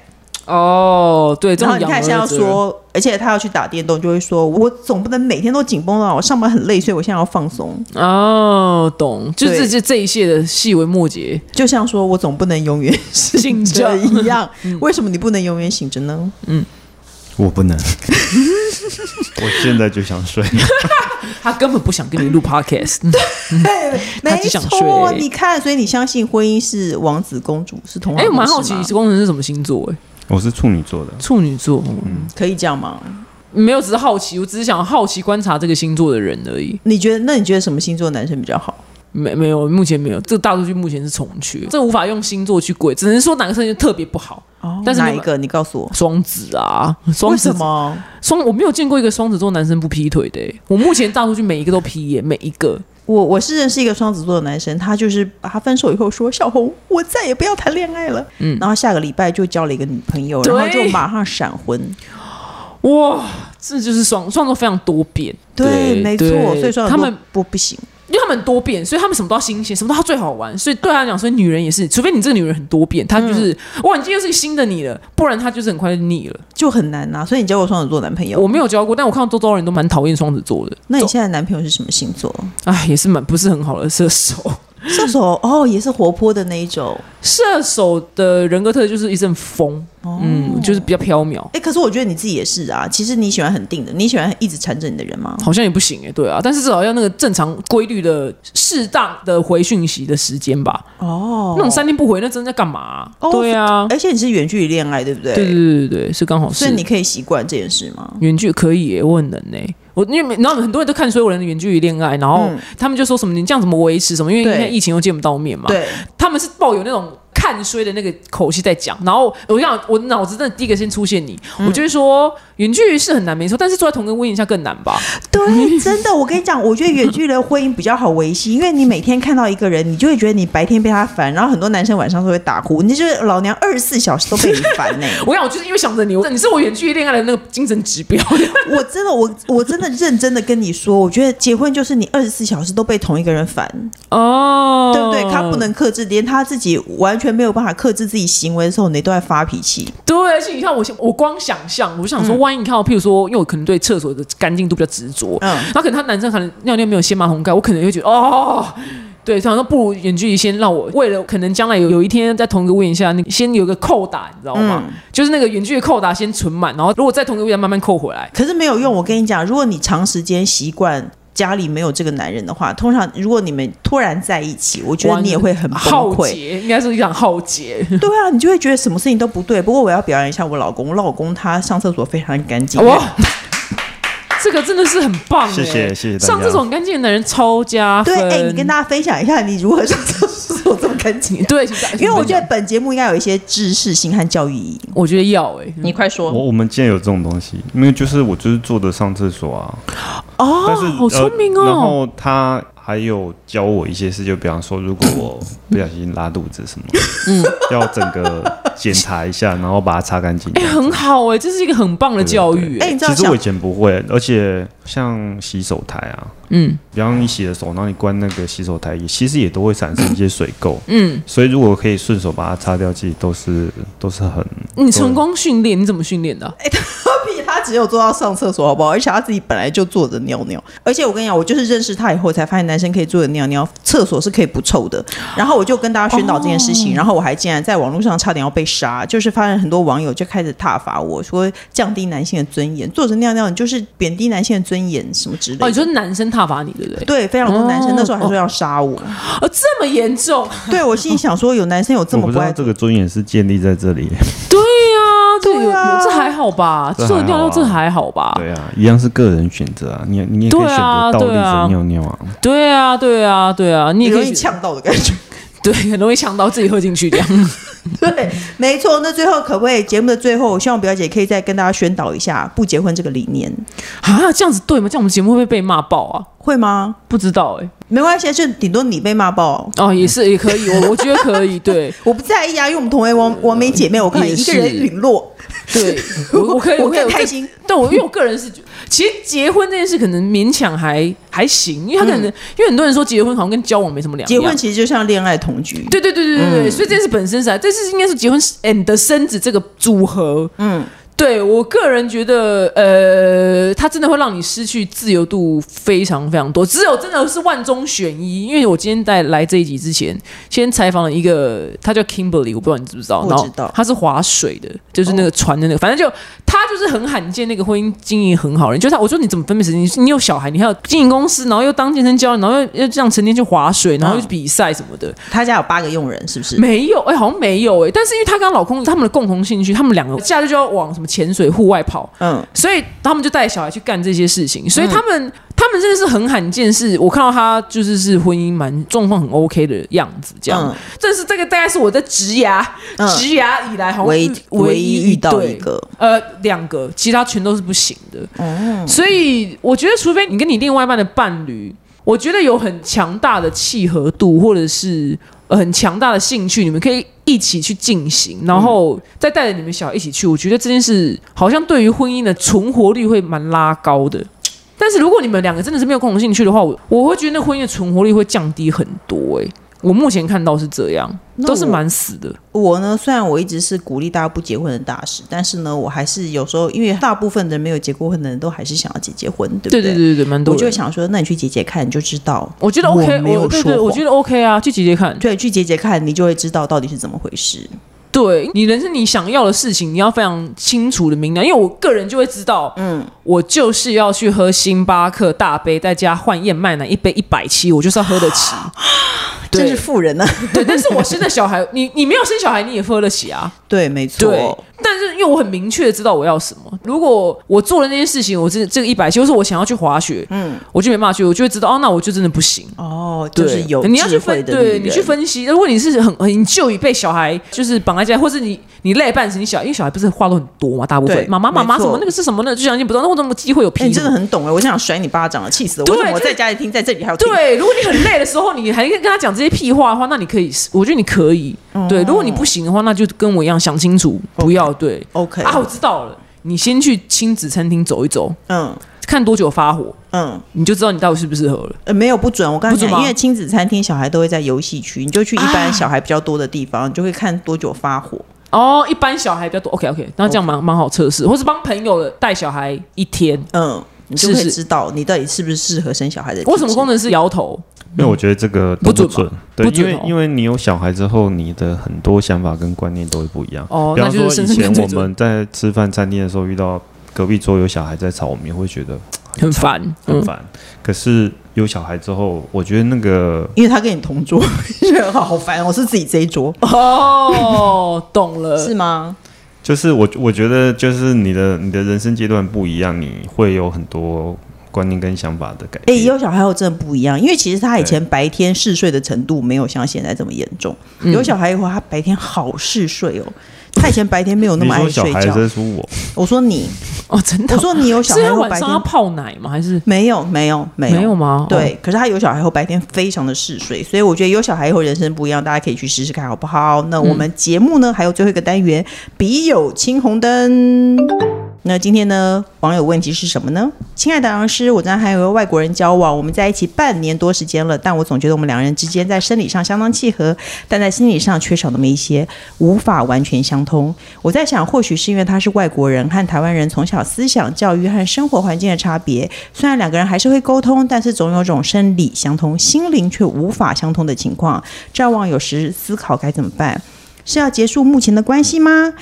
S2: 哦，对，这
S1: 然后
S2: 种
S1: 你
S2: 养
S1: 看现在要
S2: 儿子的人
S1: 说，而且他要去打电动，就会说我总不能每天都紧绷到我上班很累，所以我现在要放松。
S2: 哦，懂，就
S1: 对
S2: 这这这一切的细微末 节，
S1: 就像说我总不能永远 醒着
S2: 醒着
S1: 一 样，
S2: 嗯
S1: 为什么你不能永远醒着呢？
S3: 我不能， 我现在就想睡。
S2: 他根本不想跟你录 podcast，嗯
S1: 对，
S2: 他
S1: 没
S2: 只想
S1: 错，
S2: 睡
S1: 你看，所以你相信婚姻是王子公主是童话？
S2: 哎、 我蛮好奇，工程是什么星座、哎，
S3: 我是处女座的，
S2: 处女座，嗯，
S1: 可以这样吗？
S2: 没有，只是好奇，我只是想好奇观察这个星座的人而已，
S1: 你觉得？那你觉得什么星座男生比较好？
S2: 没没有，目前没有，这大数据目前是重缺，这无法用星座去归，只能说哪个星座特别不好，
S1: 哦
S2: 但是
S1: 哪
S2: 你
S1: 一个？你告诉我，
S2: 双子啊，双
S1: 为
S2: 子
S1: 什么？
S2: 双，我没有见过一个双子座男生不劈腿的、哎我目前大数据每一个都劈耶、每一个，
S1: 我我是认识一个双子座的男生，他就是他分手以后说：“小红，我再也不要谈恋爱了。”嗯，然后下个礼拜就交了一个女朋友，然后
S2: 对
S1: 就马上闪婚。
S2: 哇，这就是双双重非常多变，
S1: 对，没错
S2: 对。
S1: 所以说
S2: 他们
S1: 不不行，
S2: 因为他们很多变，所以他们什么都要新鲜，什么都要最好玩。所以对他来讲，所以女人也是，除非你这个女人很多变，她就是、
S1: 嗯
S2: 哇，你今天又是一个新的你了，不然她就是很快就腻了。
S1: 就很难呐、所以你交过双子座男朋友，
S2: 我没有教过，但我看到周遭人都蛮讨厌双子座的，
S1: 那你现在男朋友是什么星座？
S2: 哎，也是蛮不是很好的射手。
S1: 射手哦，也是活泼的那一 种。
S2: 射手的人格特质就是一阵风，
S1: 哦、
S2: 嗯，就是比较飘渺，
S1: 哎、可是我觉得你自己也是啊。其实你喜欢很定的，你喜欢一直缠着你的人吗？
S2: 好像也不行哎、对啊，但是至少要那个正常规律的、适当的回讯息的时间吧。
S1: 哦
S2: 那种三天不回，那真的在干嘛、
S1: 哦
S2: 对啊，
S1: 而且你是远距离恋爱，对不对？
S2: 对对对对对，是刚好是。
S1: 所以你可以习惯这件事吗？
S2: 远距可以耶、我很能哎、我因为没然后很多人都看所有人的远距离恋爱，然后
S1: 嗯
S2: 他们就说什么你这样怎么维持什么？因为
S1: 对
S2: 现在疫情又见不到面嘛。
S1: 对，
S2: 他们是抱有那种看衰的那个口气在讲。然后我想，我脑子真的第一个先出现你，
S1: 嗯
S2: 我就会说远距离是很难没错，但是坐在同个屋檐下更难 吧？
S1: 对，真的，我跟你讲，我觉得远距离的婚姻比较好维系，因为你每天看到一个人，你就会觉得你白天被他烦，然后很多男生晚上都会打呼，你就是老娘 二十四小时都被你烦 呢、
S2: 我想我就是因为想着你，我你是我远距离恋爱的那个精神指标。
S1: 我真的，我我真的认真的跟你说，我觉得结婚就是你二十四小时都被同一个人烦，
S2: 哦
S1: 对不对？他不能克制，连他自己完全没有办法克制自己行为的时候，你都在发脾气。
S2: 对，而且你看我想，我光想象，我就想
S1: 嗯
S2: 说，万一你看我，譬如说，因为我可能对厕所的干净度比较执着，
S1: 嗯
S2: 然后可能他男生可能尿尿没有掀马桶盖，我可能会觉得哦。对，想说不如远距离先让我为了可能将来有有一天在同一个屋檐下，那个先有一个扣打，你知道
S1: 嗯
S2: 吗？就是那个远距离扣打先存满，然后如果在同一个屋檐下慢慢扣回来。
S1: 可是没有用，我跟你讲，如果你长时间习惯。家里没有这个男人的话，通常如果你们突然在一起，我觉得你也会很崩
S2: 浩
S1: 溃。
S2: 劫，应该是一场浩劫。
S1: 对啊，你就会觉得什么事情都不对。不过我要表扬一下我老公，我老公他上厕所非常干净。
S2: 哇，这个真的是很棒、欸，
S3: 谢谢谢谢大家
S2: 上这种干净的男人超加分。
S1: 对，哎、你跟大家分享一下你如何上厕所这么干净、啊。
S2: 对，请大家
S1: 因为我觉得本节目应该有一些知识性和教育意义。
S2: 我觉得要哎、
S1: 你快说
S3: 嗯我我们竟然有这种东西，因为就是我就是坐着上厕所啊。哦，但是
S2: 好聪明哦
S3: 呃然后他还有教我一些事，就比方说，如果我不小心拉肚子什么，嗯，要整个检查一下，然后把它擦干净。
S2: 哎、很好哎、这是一个很棒的教育、
S1: 哎、
S2: 哎，
S1: 你知道
S3: 其实
S1: 小
S3: 我以前不会，而且像洗手台啊，
S2: 嗯
S3: 比方你洗了手，然后你关那个洗手台，也其实也都会产生一些水垢。
S2: 嗯，
S3: 所以如果可以顺手把它擦掉，其实都是都是很
S2: 你成功训练，你怎么训练的啊、
S1: 屁，他只有做到上厕所，好不好？而且他自己本来就坐着尿尿，而且我跟你讲，我就是认识他以后才发现，男生可以坐着尿尿，厕所是可以不臭的。然后我就跟大家宣导这件事情，
S2: 哦
S1: 然后我还竟然在网络上差点要被杀，就是发现很多网友就开始挞伐我说降低男性的尊严，坐着尿尿你就是贬低男性的尊严什么之类的。
S2: 哦，你说男生踏伐你，对不对？
S1: 对，非常多男生、
S2: 哦
S1: 那时候还说要杀我，
S2: 哦，这么严重？
S1: 对我心里想说，有男生有这
S3: 我
S1: 么
S3: 不知
S1: 不
S3: 道
S1: 爱
S3: 这个尊严是建立在这里。
S2: 对呀、这
S1: 对啊
S2: 有这还好吧？
S3: 这还
S2: 做尿
S3: 好
S2: 尿
S3: 啊
S2: 这还好吧？
S3: 对啊，一样是个人选择啊，你你也可以
S2: 对
S3: 选
S2: 啊
S3: 择倒立
S2: 对啊
S3: 着尿尿啊。
S2: 对啊，对啊，对啊，你也可
S1: 容
S2: 以
S1: 易呛到的感觉。
S2: 对，很容易呛到自己喝进去这样。
S1: 对，没错。那最后可不可以节目的最后，我希望表姐可以再跟大家宣导一下不结婚这个理念，
S2: 啊，这样子对吗？这样我们节目会不会被骂爆啊？
S1: 会吗？
S2: 不知道哎、
S1: 没关系，就顶多你被骂爆，
S2: 哦，也是也可以，我我觉得可以，对
S1: 我不在意啊，因为我们同为王王美姐妹，我看
S2: 呃也
S1: 一
S2: 是
S1: 个人陨落，
S2: 对，我我可以，
S1: 我
S2: 可以，
S1: 更
S2: 可以
S1: 开心。
S2: 但我因为我个人是觉，其实结婚这件事可能勉强还还行，因为他可能、因为很多人说结婚好像跟交往没什么两样。
S1: 结婚其实就像恋爱同居，
S2: 对对对对对对，所以这件事本身是啊，这是应该是结婚 and 生子这个组合。嗯，对我个人觉得，呃，它真的会让你失去自由度非常非常多，只有真的是万中选一。因为我今天在来这一集之前，先采访了一个，他叫 Kimberly，我不知道你知不知道，
S1: 不
S2: 然后
S1: 知道
S2: 他是划水的，就是那个船的那个，反正就他就是很罕见那个婚姻经营很好的人，就是他我说你怎么分辨时间？你你有小孩，你还有经营公司，然后又当健身教练，然后又又这样成天去划水，然后又去比赛什么的，
S1: 她家有八个佣人，是不是？
S2: 没有，哎、好像没有哎、但是因为她跟她老公他们的共同兴趣，他们两个假日就要往什么潜水、户外跑，
S1: 嗯，
S2: 所以他们就带小孩去干这些事情。所以他们、他们真的是很罕见，是我看到她就是是婚姻蛮状况很 OK 的样子这样。
S1: 嗯
S2: 这是这个大概是我在职涯
S1: 嗯
S2: 职涯以来好像
S1: 唯
S2: 嗯遇
S1: 唯一遇到
S2: 对
S1: 一个，
S2: 呃，两个，其他全都是不行的。所以我觉得，除非你跟你另外一半的伴侣，我觉得有很强大的契合度，或者是、呃、很强大的兴趣，你们可以一起去进行，然后再带着你们小孩一起去，我觉得这件事好像对于婚姻的存活率会蛮拉高的。但是如果你们两个真的是没有共同兴趣的话，我我会觉得那婚姻的存活率会降低很多、欸。哎，我目前看到是这样，
S1: 那
S2: 都是
S1: 我
S2: 蛮死的。
S1: 我呢，虽然我一直是鼓励大家不结婚的大使，但是呢，我还是有时候，因为大部分人没有结过婚的人都还是想要结结婚，对不
S2: 对
S1: 对
S2: 对对对，蛮多
S1: 我
S2: 人。
S1: 就想说，那你去结结看，你就知道。
S2: 我觉得 OK，
S1: 我没有
S2: 我对对，
S1: 说
S2: 我
S1: 谎
S2: 觉得 OK 啊，去姐姐看。
S1: 对，去结结看，你就会知道到底是怎么回事。
S2: 对你人生你想要的事情，你要非常清楚的明了，因为我个人就会知道，嗯，我就是要去喝星巴克大杯，再加换燕麦奶一杯一百七，我就是要喝得 起。
S1: 真
S2: 对
S1: 是富人呢、啊
S2: 对，但是我生的小孩，你你没有生小孩，你也喝得起啊。
S1: 对，没
S2: 对
S1: 错。，
S2: 但是因为我很明确地知道我要什么，如果我做了那件事情，我这这个一百七，或是我想要去滑雪，嗯，我就没办法去，我就会知道，哦，那我就真的不行。
S1: 哦，
S2: 对
S1: 就是有
S2: 你要去
S1: 智慧
S2: 分，
S1: 的女
S2: 对
S1: 人
S2: 你去分析。如果你是很很就已被小孩就是绑在家，或是你你累半死，你小因为小孩不是话都很多嘛，大部
S1: 对
S2: 分妈妈妈妈
S1: 没
S2: 什
S1: 错
S2: 么那个是什么那个就相信不知道，那我怎么机会有
S1: 哎、
S2: 屁
S1: 你真的
S2: 用？
S1: 很懂哎，我想甩你巴掌啊，气死我！
S2: 对
S1: 为什么我
S2: 就是
S1: 在家里听，在这里还有听？
S2: 对，如果你很累的时候，你还跟他讲这些屁话的话，那你可以，我觉得你可以。对，如果你不行的话，那就跟我一样想清楚，不要对。
S1: 哦，OK，、
S2: 啊，我知道了，你先去亲子餐厅走一走，
S1: 嗯
S2: 看多久发火，
S1: 嗯、
S2: 你就知道你到底适不适合了。
S1: 呃，没有不准。我刚才
S2: 不准
S1: 讲，
S2: 吗
S1: 因为亲子餐厅小孩都会在游戏区，你就去一般
S2: 啊
S1: 小孩比较多的地方，你就会看多久发火。
S2: 哦，一般小孩比较多，OK OK，那这样蛮蛮好测试，或是帮朋友的带小孩一天。
S1: 嗯，你就会
S2: 是是
S1: 知道你到底是不是适合生小孩的体质。
S2: 为什么工程师摇头？
S3: 因为我觉得这个都
S2: 不准吧
S3: 准，对，
S2: 不准
S3: 因为
S2: 哦
S3: 因为你有小孩之后，你的很多想法跟观念都会不一样。
S2: 哦
S3: 比方
S2: 那就是
S3: 说
S2: 深
S3: 以
S2: 深
S3: 前
S2: 跟
S3: 我
S2: 追
S3: 们在吃饭餐厅的时候遇到隔壁桌有小孩在吵，我们也会觉得
S2: 很烦，
S3: 很
S2: 嗯，
S3: 烦。可是有小孩之后，我觉得那个
S1: 因为他跟你同桌， 觉得好烦。我是自己这一桌，
S2: 嗯哦，懂了，
S1: 是吗？
S3: 就是我我觉得就是你的你的人生阶段不一样，你会有很多观念跟想法的改
S1: 哎、
S3: 变。
S1: 有小孩后真的不一样，因为其实他以前白天嗜睡的程度没有像现在这么严重。
S2: 嗯
S1: 有小孩以后，他白天好嗜睡哦。他以前白天没有那
S3: 你
S1: 么爱
S3: 说小
S1: 睡
S3: 孩
S1: 觉。
S3: 这是我，
S1: 我说你，
S2: 哦，真的
S1: 我。说你有小
S2: 是
S1: 孩
S2: 他
S1: 后
S2: 晚
S1: 白
S2: 上
S1: 天
S2: 要泡奶吗？还是
S1: 没有没有没有
S2: 没有吗？哦
S1: 对，可是他有小孩后白天非常的嗜睡，所以我觉得有小孩以后人生不一样，大家可以去试试看好不好？那我们节目呢，还有最后一个单元“笔友青红灯”。那今天呢，网友问题是什么呢？亲爱的昂师，我正和一位外国人交往，我们在一起半年多时间了，但我总觉得我们两人之间在生理上相当契合，但在心理上缺少那么一些，无法完全相通。我在想，或许是因为他是外国人，和台湾人从小思想、教育和生活环境的差别，虽然两个人还是会沟通，但是总有种生理相通、心灵却无法相通的情况。赵望有时思考该怎么办，是要结束目前的关系吗？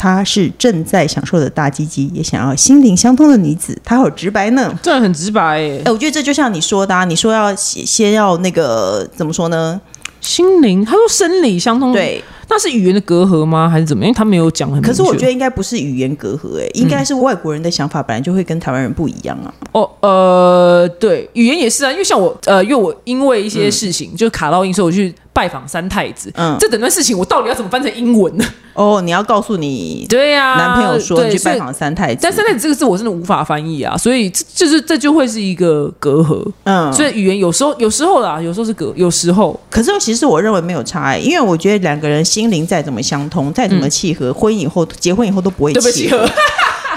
S1: 她是正在享受的大鸡鸡，也想要心灵相通的女子，她好直白呢。
S2: 这很直白诶
S1: 哎、，我觉得这就像你说的、啊，你说要先先要那个怎么说呢？
S2: 心灵，他说生理相通，，
S1: 对，
S2: 那是语言的隔阂吗？还是怎么样？因为他没有讲很明确。
S1: 可是我觉得应该不是语言隔阂、
S2: 嗯
S1: 哎，应该是外国人的想法本来就会跟台湾人不一样啊。
S2: 哦，呃，对，语言也是啊，因为像我，呃，因为我因为一些事情、就卡到音，所以我去拜访三太子。
S1: 嗯
S2: 嗯，这整段事情我到底要怎么翻成英文呢？
S1: 哦，你要告诉你
S2: 对呀、
S1: 男朋友说
S2: 对
S1: 你去拜。
S2: 所以
S1: 访三太子，
S2: 但三太子这个字我真的无法翻译啊，所以这就是这就会是一个隔阂。
S1: 嗯，
S2: 所以语言有时候有时候啦，有时候是隔，有时候
S1: 可是其实我认为没有差、欸，因为我觉得两个人心灵再怎么相通，再怎么契合，婚姻以后结婚以后都不会
S2: 对不起
S1: 合。，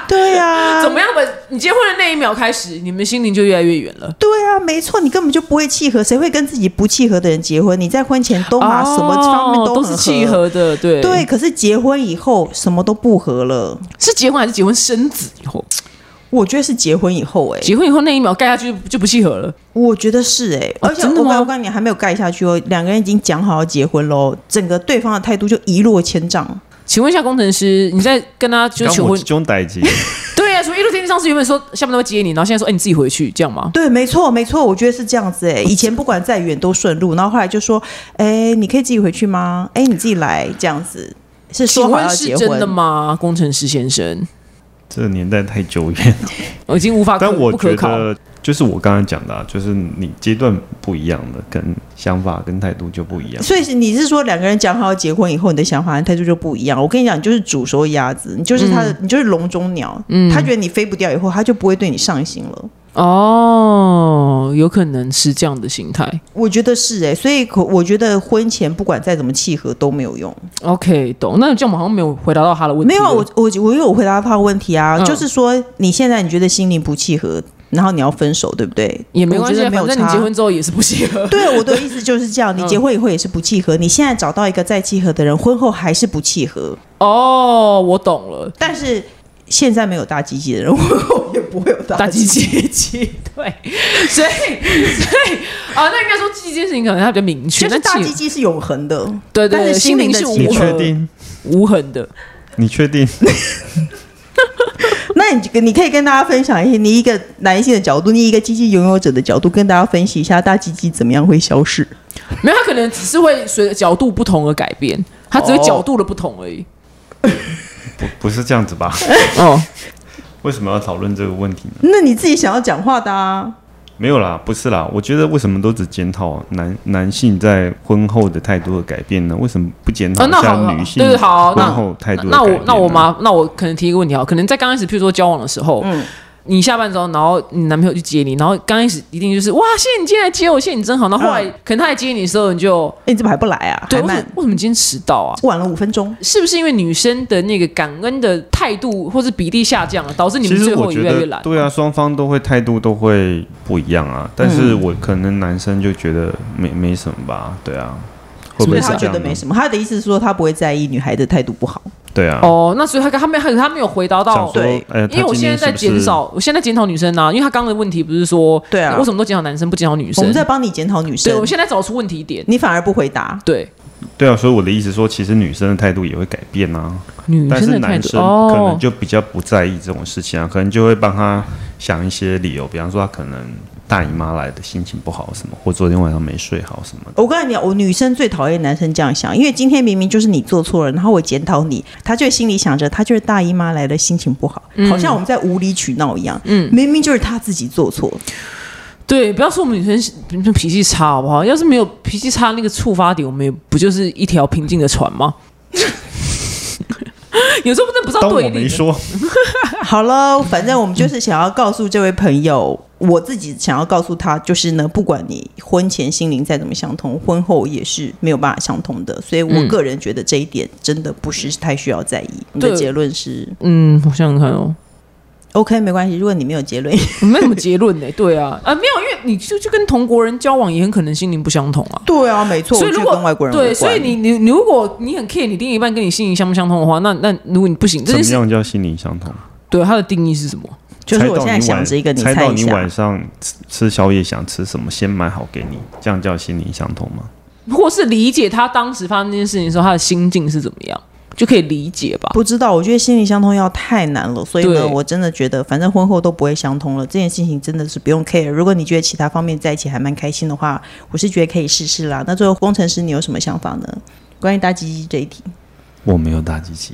S1: 对啊，
S2: 怎么样吧？你结婚的那一秒开始，你们心灵就越来越远了。
S1: 对啊，没错，你根本就不会契合，谁会跟自己不契合的人结婚？你在婚前都嘛、什么方面
S2: 哦都
S1: 很
S2: 是契
S1: 合。
S2: 合的，对
S1: 对，，可是结婚以后什么都不合了。
S2: 是结婚还是结婚生子以后？
S1: 我觉得是结婚以后、欸，
S2: 结婚以后那一秒盖下去就就不契合了。
S1: 我觉得是哎、
S2: 哦
S1: 而且
S2: 真的
S1: 我
S2: 吗
S1: 告我告诉你，还没有盖下去哦，两个人已经讲好要结婚喽，整个对方的态度就一落千丈。
S2: 请问一下工程师，你在跟他就
S3: 刚
S2: 求
S3: 我
S2: 婚
S3: 这？种代际，
S2: 对啊，所以一路天上是原本说下面都会接你，然后现在说，哎、你自己回去，这样吗？
S1: 对，没错，没错，我觉得是这样子哎、以前不管再远都顺路，然后后来就说，哎、你可以自己回去吗？哎、你自己来这样子，是
S2: 请
S1: 说好
S2: 问
S1: 要
S2: 是
S1: 结
S2: 真的
S1: 婚？
S2: 吗，工程师先生？
S3: 这个年代太久远。
S2: 我已经无法啊可
S3: 但我
S2: 不
S3: 觉
S2: 可考。
S3: 得就是我刚才讲的、啊，就是你阶段不一样的，跟想法跟态度就 不一样。
S1: 所以是你是说两个人讲好要结婚以后，你的想法和态度就不一样？我跟你讲，你就是煮
S2: 嗯
S1: 熟鸭子，你就是他的，你就是笼中鸟。嗯，他觉得你飞不掉以后，他就不会对你上心了。
S2: 哦，有可能是这样的心态。
S1: 我觉得是哎、所以可我觉得婚前不管再怎么契合都没有用。
S2: OK，懂。那这样我们好像没有回答到他的问题。
S1: 没有啊，我我我有回答他的问题啊，
S2: 嗯
S1: 就是说你现在你觉得心灵不契合，然后你要分手，对不对？
S2: 也没关
S1: 我
S2: 系
S1: 觉
S2: 啊，
S1: 得没有
S2: 反
S1: 差。
S2: 正你结婚之后也是不契 合。
S1: 对，我的意思就是这样。
S3: 嗯
S1: 你结婚以后也是不契合，你现在找到一个再契合的人，婚后还是不契合。
S2: 哦，我懂了，
S1: 但是现在没有大鸡鸡的人，婚后也不会有
S2: 大
S1: 大
S2: 鸡
S1: 鸡鸡。
S2: 鸡鸡， 对，所以所以啊，那应该说鸡这件事情可能它比较明确，
S1: 就是
S2: 但
S1: 大鸡
S2: 契
S1: 鸡是永恒的，
S2: 对对
S1: 但
S2: 对，
S1: 是心灵
S2: 灵
S1: 的
S2: 是
S1: 契
S3: 你
S2: 无
S1: 合
S3: 确
S2: 痕
S3: 定？
S2: 无痕的。
S3: 你确定？
S1: 那你你可以跟大家分享一些，你一个男性的角度，你一个鸡鸡拥有者的角度，跟大家分析一下大鸡鸡怎么样会消失。
S2: 没有，他可能只是会随着角度不同而改变，他只会
S1: 哦
S2: 角度的不同而已。
S3: 不不是这样子吧？
S2: 哦，
S3: 为什么要讨论这个问题呢？
S1: 那你自己想要讲话的啊，
S3: 没有啦，不是啦。我觉得为什么都只检讨男男性在婚后的态度的改变呢？为什么不检讨
S2: 啊
S3: 一
S2: 那
S3: 下
S2: 好了
S3: 女性
S2: 对对好那
S3: 婚后态度的
S2: 那
S3: 改
S2: 我
S3: 变呢
S2: 那我妈，那我可能提一个问题啊，可能在刚开始，譬如说交往的时候，
S1: 嗯
S2: 你下班之后，然后你男朋友去接你，然后刚开始一定就是哇，谢谢你今天来接我，谢谢你真好。然后后来、可能他来接你的时候，你就
S1: 哎，你怎么还不来啊？
S2: 对，
S1: 嗯还
S2: 为什
S1: 慢
S2: 么，为什么今天迟到啊？
S1: 晚了五分钟。
S2: 是不是因为女生的那个感恩的态度或是比例下降了，导致你
S3: 其
S2: 们
S3: 实
S2: 最后
S3: 我
S2: 也
S3: 觉
S2: 越来越
S3: 得
S2: 懒？
S3: 对啊，双方都会态度都会不一样啊。但是
S2: 嗯
S3: 我可能男生就觉得没没什么吧，对啊，会不
S1: 所
S3: 会
S1: 以
S3: 是
S1: 他
S3: 这
S1: 觉
S3: 样
S1: 得
S3: 呢
S1: 没什么，他的意思是说他不会在意女孩的态度不好。
S3: 对啊，
S2: 哦，那所以他他没有他没有回答
S3: 想
S2: 到
S3: 说，
S1: 对
S3: 呃，他
S2: 因为我
S3: 今
S2: 现在
S3: 天
S2: 在
S3: 是不
S2: 减
S3: 是
S2: 少，我现在检讨女生啊，因为他刚刚的问题不是说，
S1: 对啊
S2: 为什么都检讨男生不检讨女
S1: 我
S2: 生
S1: 们？在帮你检讨女生
S2: 对，我，现在找出问题点。
S1: 你反而不回答。
S2: 对，
S3: 对啊，所以我的意思说，其实女生的态度也会改变啊，
S2: 女
S3: 但
S2: 生
S3: 是
S2: 的态
S3: 男
S2: 度哦
S3: 生可能就比较不在意这种事情啊，可能就会帮他想一些理由，比方说他可能大姨妈来的心情不好什么，或昨天晚上没睡好什么的。
S1: 我跟你讲，我女生最讨厌男生这样想，因为今天明明就是你做错了，然后我检讨你，他就心里想着他就是大姨妈来了，心情不好，好像我们在无理取闹一样。嗯，明明就是他自己做错，
S2: 对，不要说我们女生女生脾气差好不好？要是没有脾气差那个触发点，我们也不就是一条平静的船吗？ 有时候真的不知道
S3: 当
S2: 对
S3: 我
S2: 立
S3: 没
S2: 的。
S3: 说，
S1: 好了，反正我们就是想要告诉这位朋友，我自己想要告诉他，就是呢，不管你婚前心灵再怎么相通，婚后也是没有办法相通的。所以我个人觉得这一点真的不是太需要在意。你的
S2: 对
S1: 结论是
S2: 嗯，我想想看哦，
S1: OK，没关系。如果你没有结论，
S2: 没什么结论呢、 对啊，啊、没有，因为你就就跟同国人交往，也很可能心灵不相同啊。
S1: 对啊，没错
S2: 所以
S1: 我觉
S2: 如
S1: 得
S2: 果
S1: 跟外国人无
S2: 对，
S1: 关
S2: 所以你你你如果你很 care 你另一半跟你心灵相不相通的话，那那如果你不行，这
S3: 怎
S2: 件
S3: 么
S2: 事
S3: 样叫心灵相通？
S2: 对它的定义是什么？
S1: 就是我
S3: 猜到
S1: 现在
S3: 你
S1: 想
S3: 晚
S1: 着一个，
S3: 猜
S1: 猜
S3: 到
S1: 一
S3: 你
S1: 下
S3: 晚。上吃吃宵夜想吃什么，先买好给你，这样叫心灵相通吗？
S2: 或是理解他当时发生这件事情的时候他的心境是怎么样，就可以理解吧。
S1: 不知道，我觉得心灵相通要太难了，所以
S2: 对
S1: 呢，我真的觉得，反正婚后都不会相通了，这件事情真的是不用 care。如果你觉得其他方面在一起还蛮开心的话，我是觉得可以试试啦。那最后工程师，你有什么想法呢？关于大鸡鸡这一题，
S3: 我没有大鸡鸡，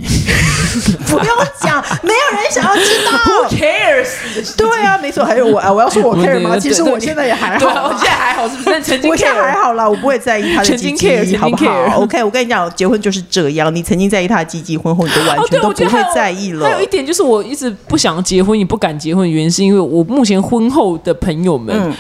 S1: 不用讲，没有人想要知道。
S2: cares？
S1: 对啊，没错。还有我啊，我要说我 care 吗？其实我现在也还
S2: 对
S1: 好
S2: 啊，我
S1: 啊
S2: 现。在还好，是不是？但曾经
S1: 我现在
S2: care
S1: 还好啦，我不会在意他的
S2: 曾
S1: 鸡
S2: 经 care，曾
S1: 鸡，
S2: 经
S1: 好不好
S2: care
S1: ？OK，我跟你讲，结婚就是这样，你曾经在意他的鸡鸡，婚后你就完
S2: 哦，对，
S1: 全都
S2: 我觉
S1: 不
S2: 得
S1: 会
S2: 还有
S1: 在意了。
S2: 还有一点就是，我一直不想结婚，也不敢结婚，的原因是因为我目前婚后的朋友们，
S1: 嗯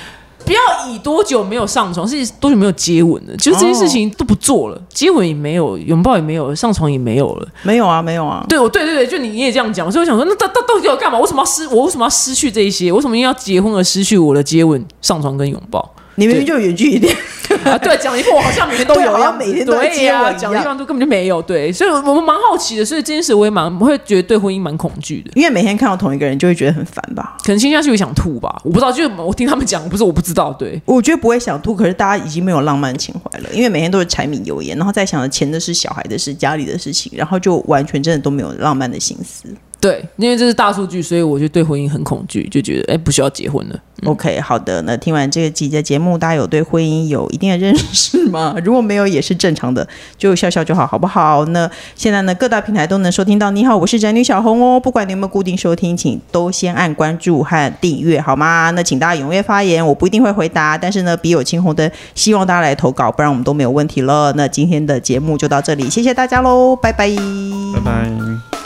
S2: 不要以多久没有上床，是多久没有接吻了，就是这些事情都不做
S1: 哦
S2: 了，接吻也没有，拥抱也没有，上床也没有了。
S1: 没有啊，没有啊。
S2: 对，我对对对，就你也这样讲，所以我想说，那到到到底要干嘛？为什么要失？我为什么要失去这一些？为什么要结婚而失去我的接吻、上床跟拥抱？
S1: 你明明就远距一点，
S2: 啊，对，讲一副我好像每天都
S1: 对
S2: 有
S1: 好
S2: 一
S1: 像
S2: 样子，
S1: 每天都在
S2: 对
S1: 接
S2: 呀
S1: 吻一
S2: 讲的
S1: 样
S2: 地方都根本就没有，对，所以我们蛮好奇的，所以这件事我也蛮会觉得对婚姻蛮恐惧的。
S1: 因为每天看到同一个人就会觉得很烦吧。
S2: 可能亲下去会想吐吧，我不知道，就是我听他们讲，不是我不知道，对，
S1: 我觉得不会想吐，可是大家已经没有浪漫情怀了，因为每天都是柴米油盐，然后再想着钱的事、小孩的事、家里的事情，然后就完全真的都没有浪漫的心思。
S2: 对，因为这是大数据，所以我就对婚姻很恐惧，就觉得哎、不需要结婚了。
S1: OK，好的，那听完这个集的节目，大家有对婚姻有一定的认识吗？ 如果没有也是正常的，就笑笑就好，好不好？那现在呢，各大平台都能收听到。你好，我是宅女小红哦。不管你有没有固定收听，请都先按关注和订阅，好吗？那请大家踊跃发言，我不一定会回答，但是呢，笔友青红灯，希望大家来投稿，不然我们都没有问题了。那今天的节目就到这里，谢谢大家喽，拜拜
S3: 拜拜。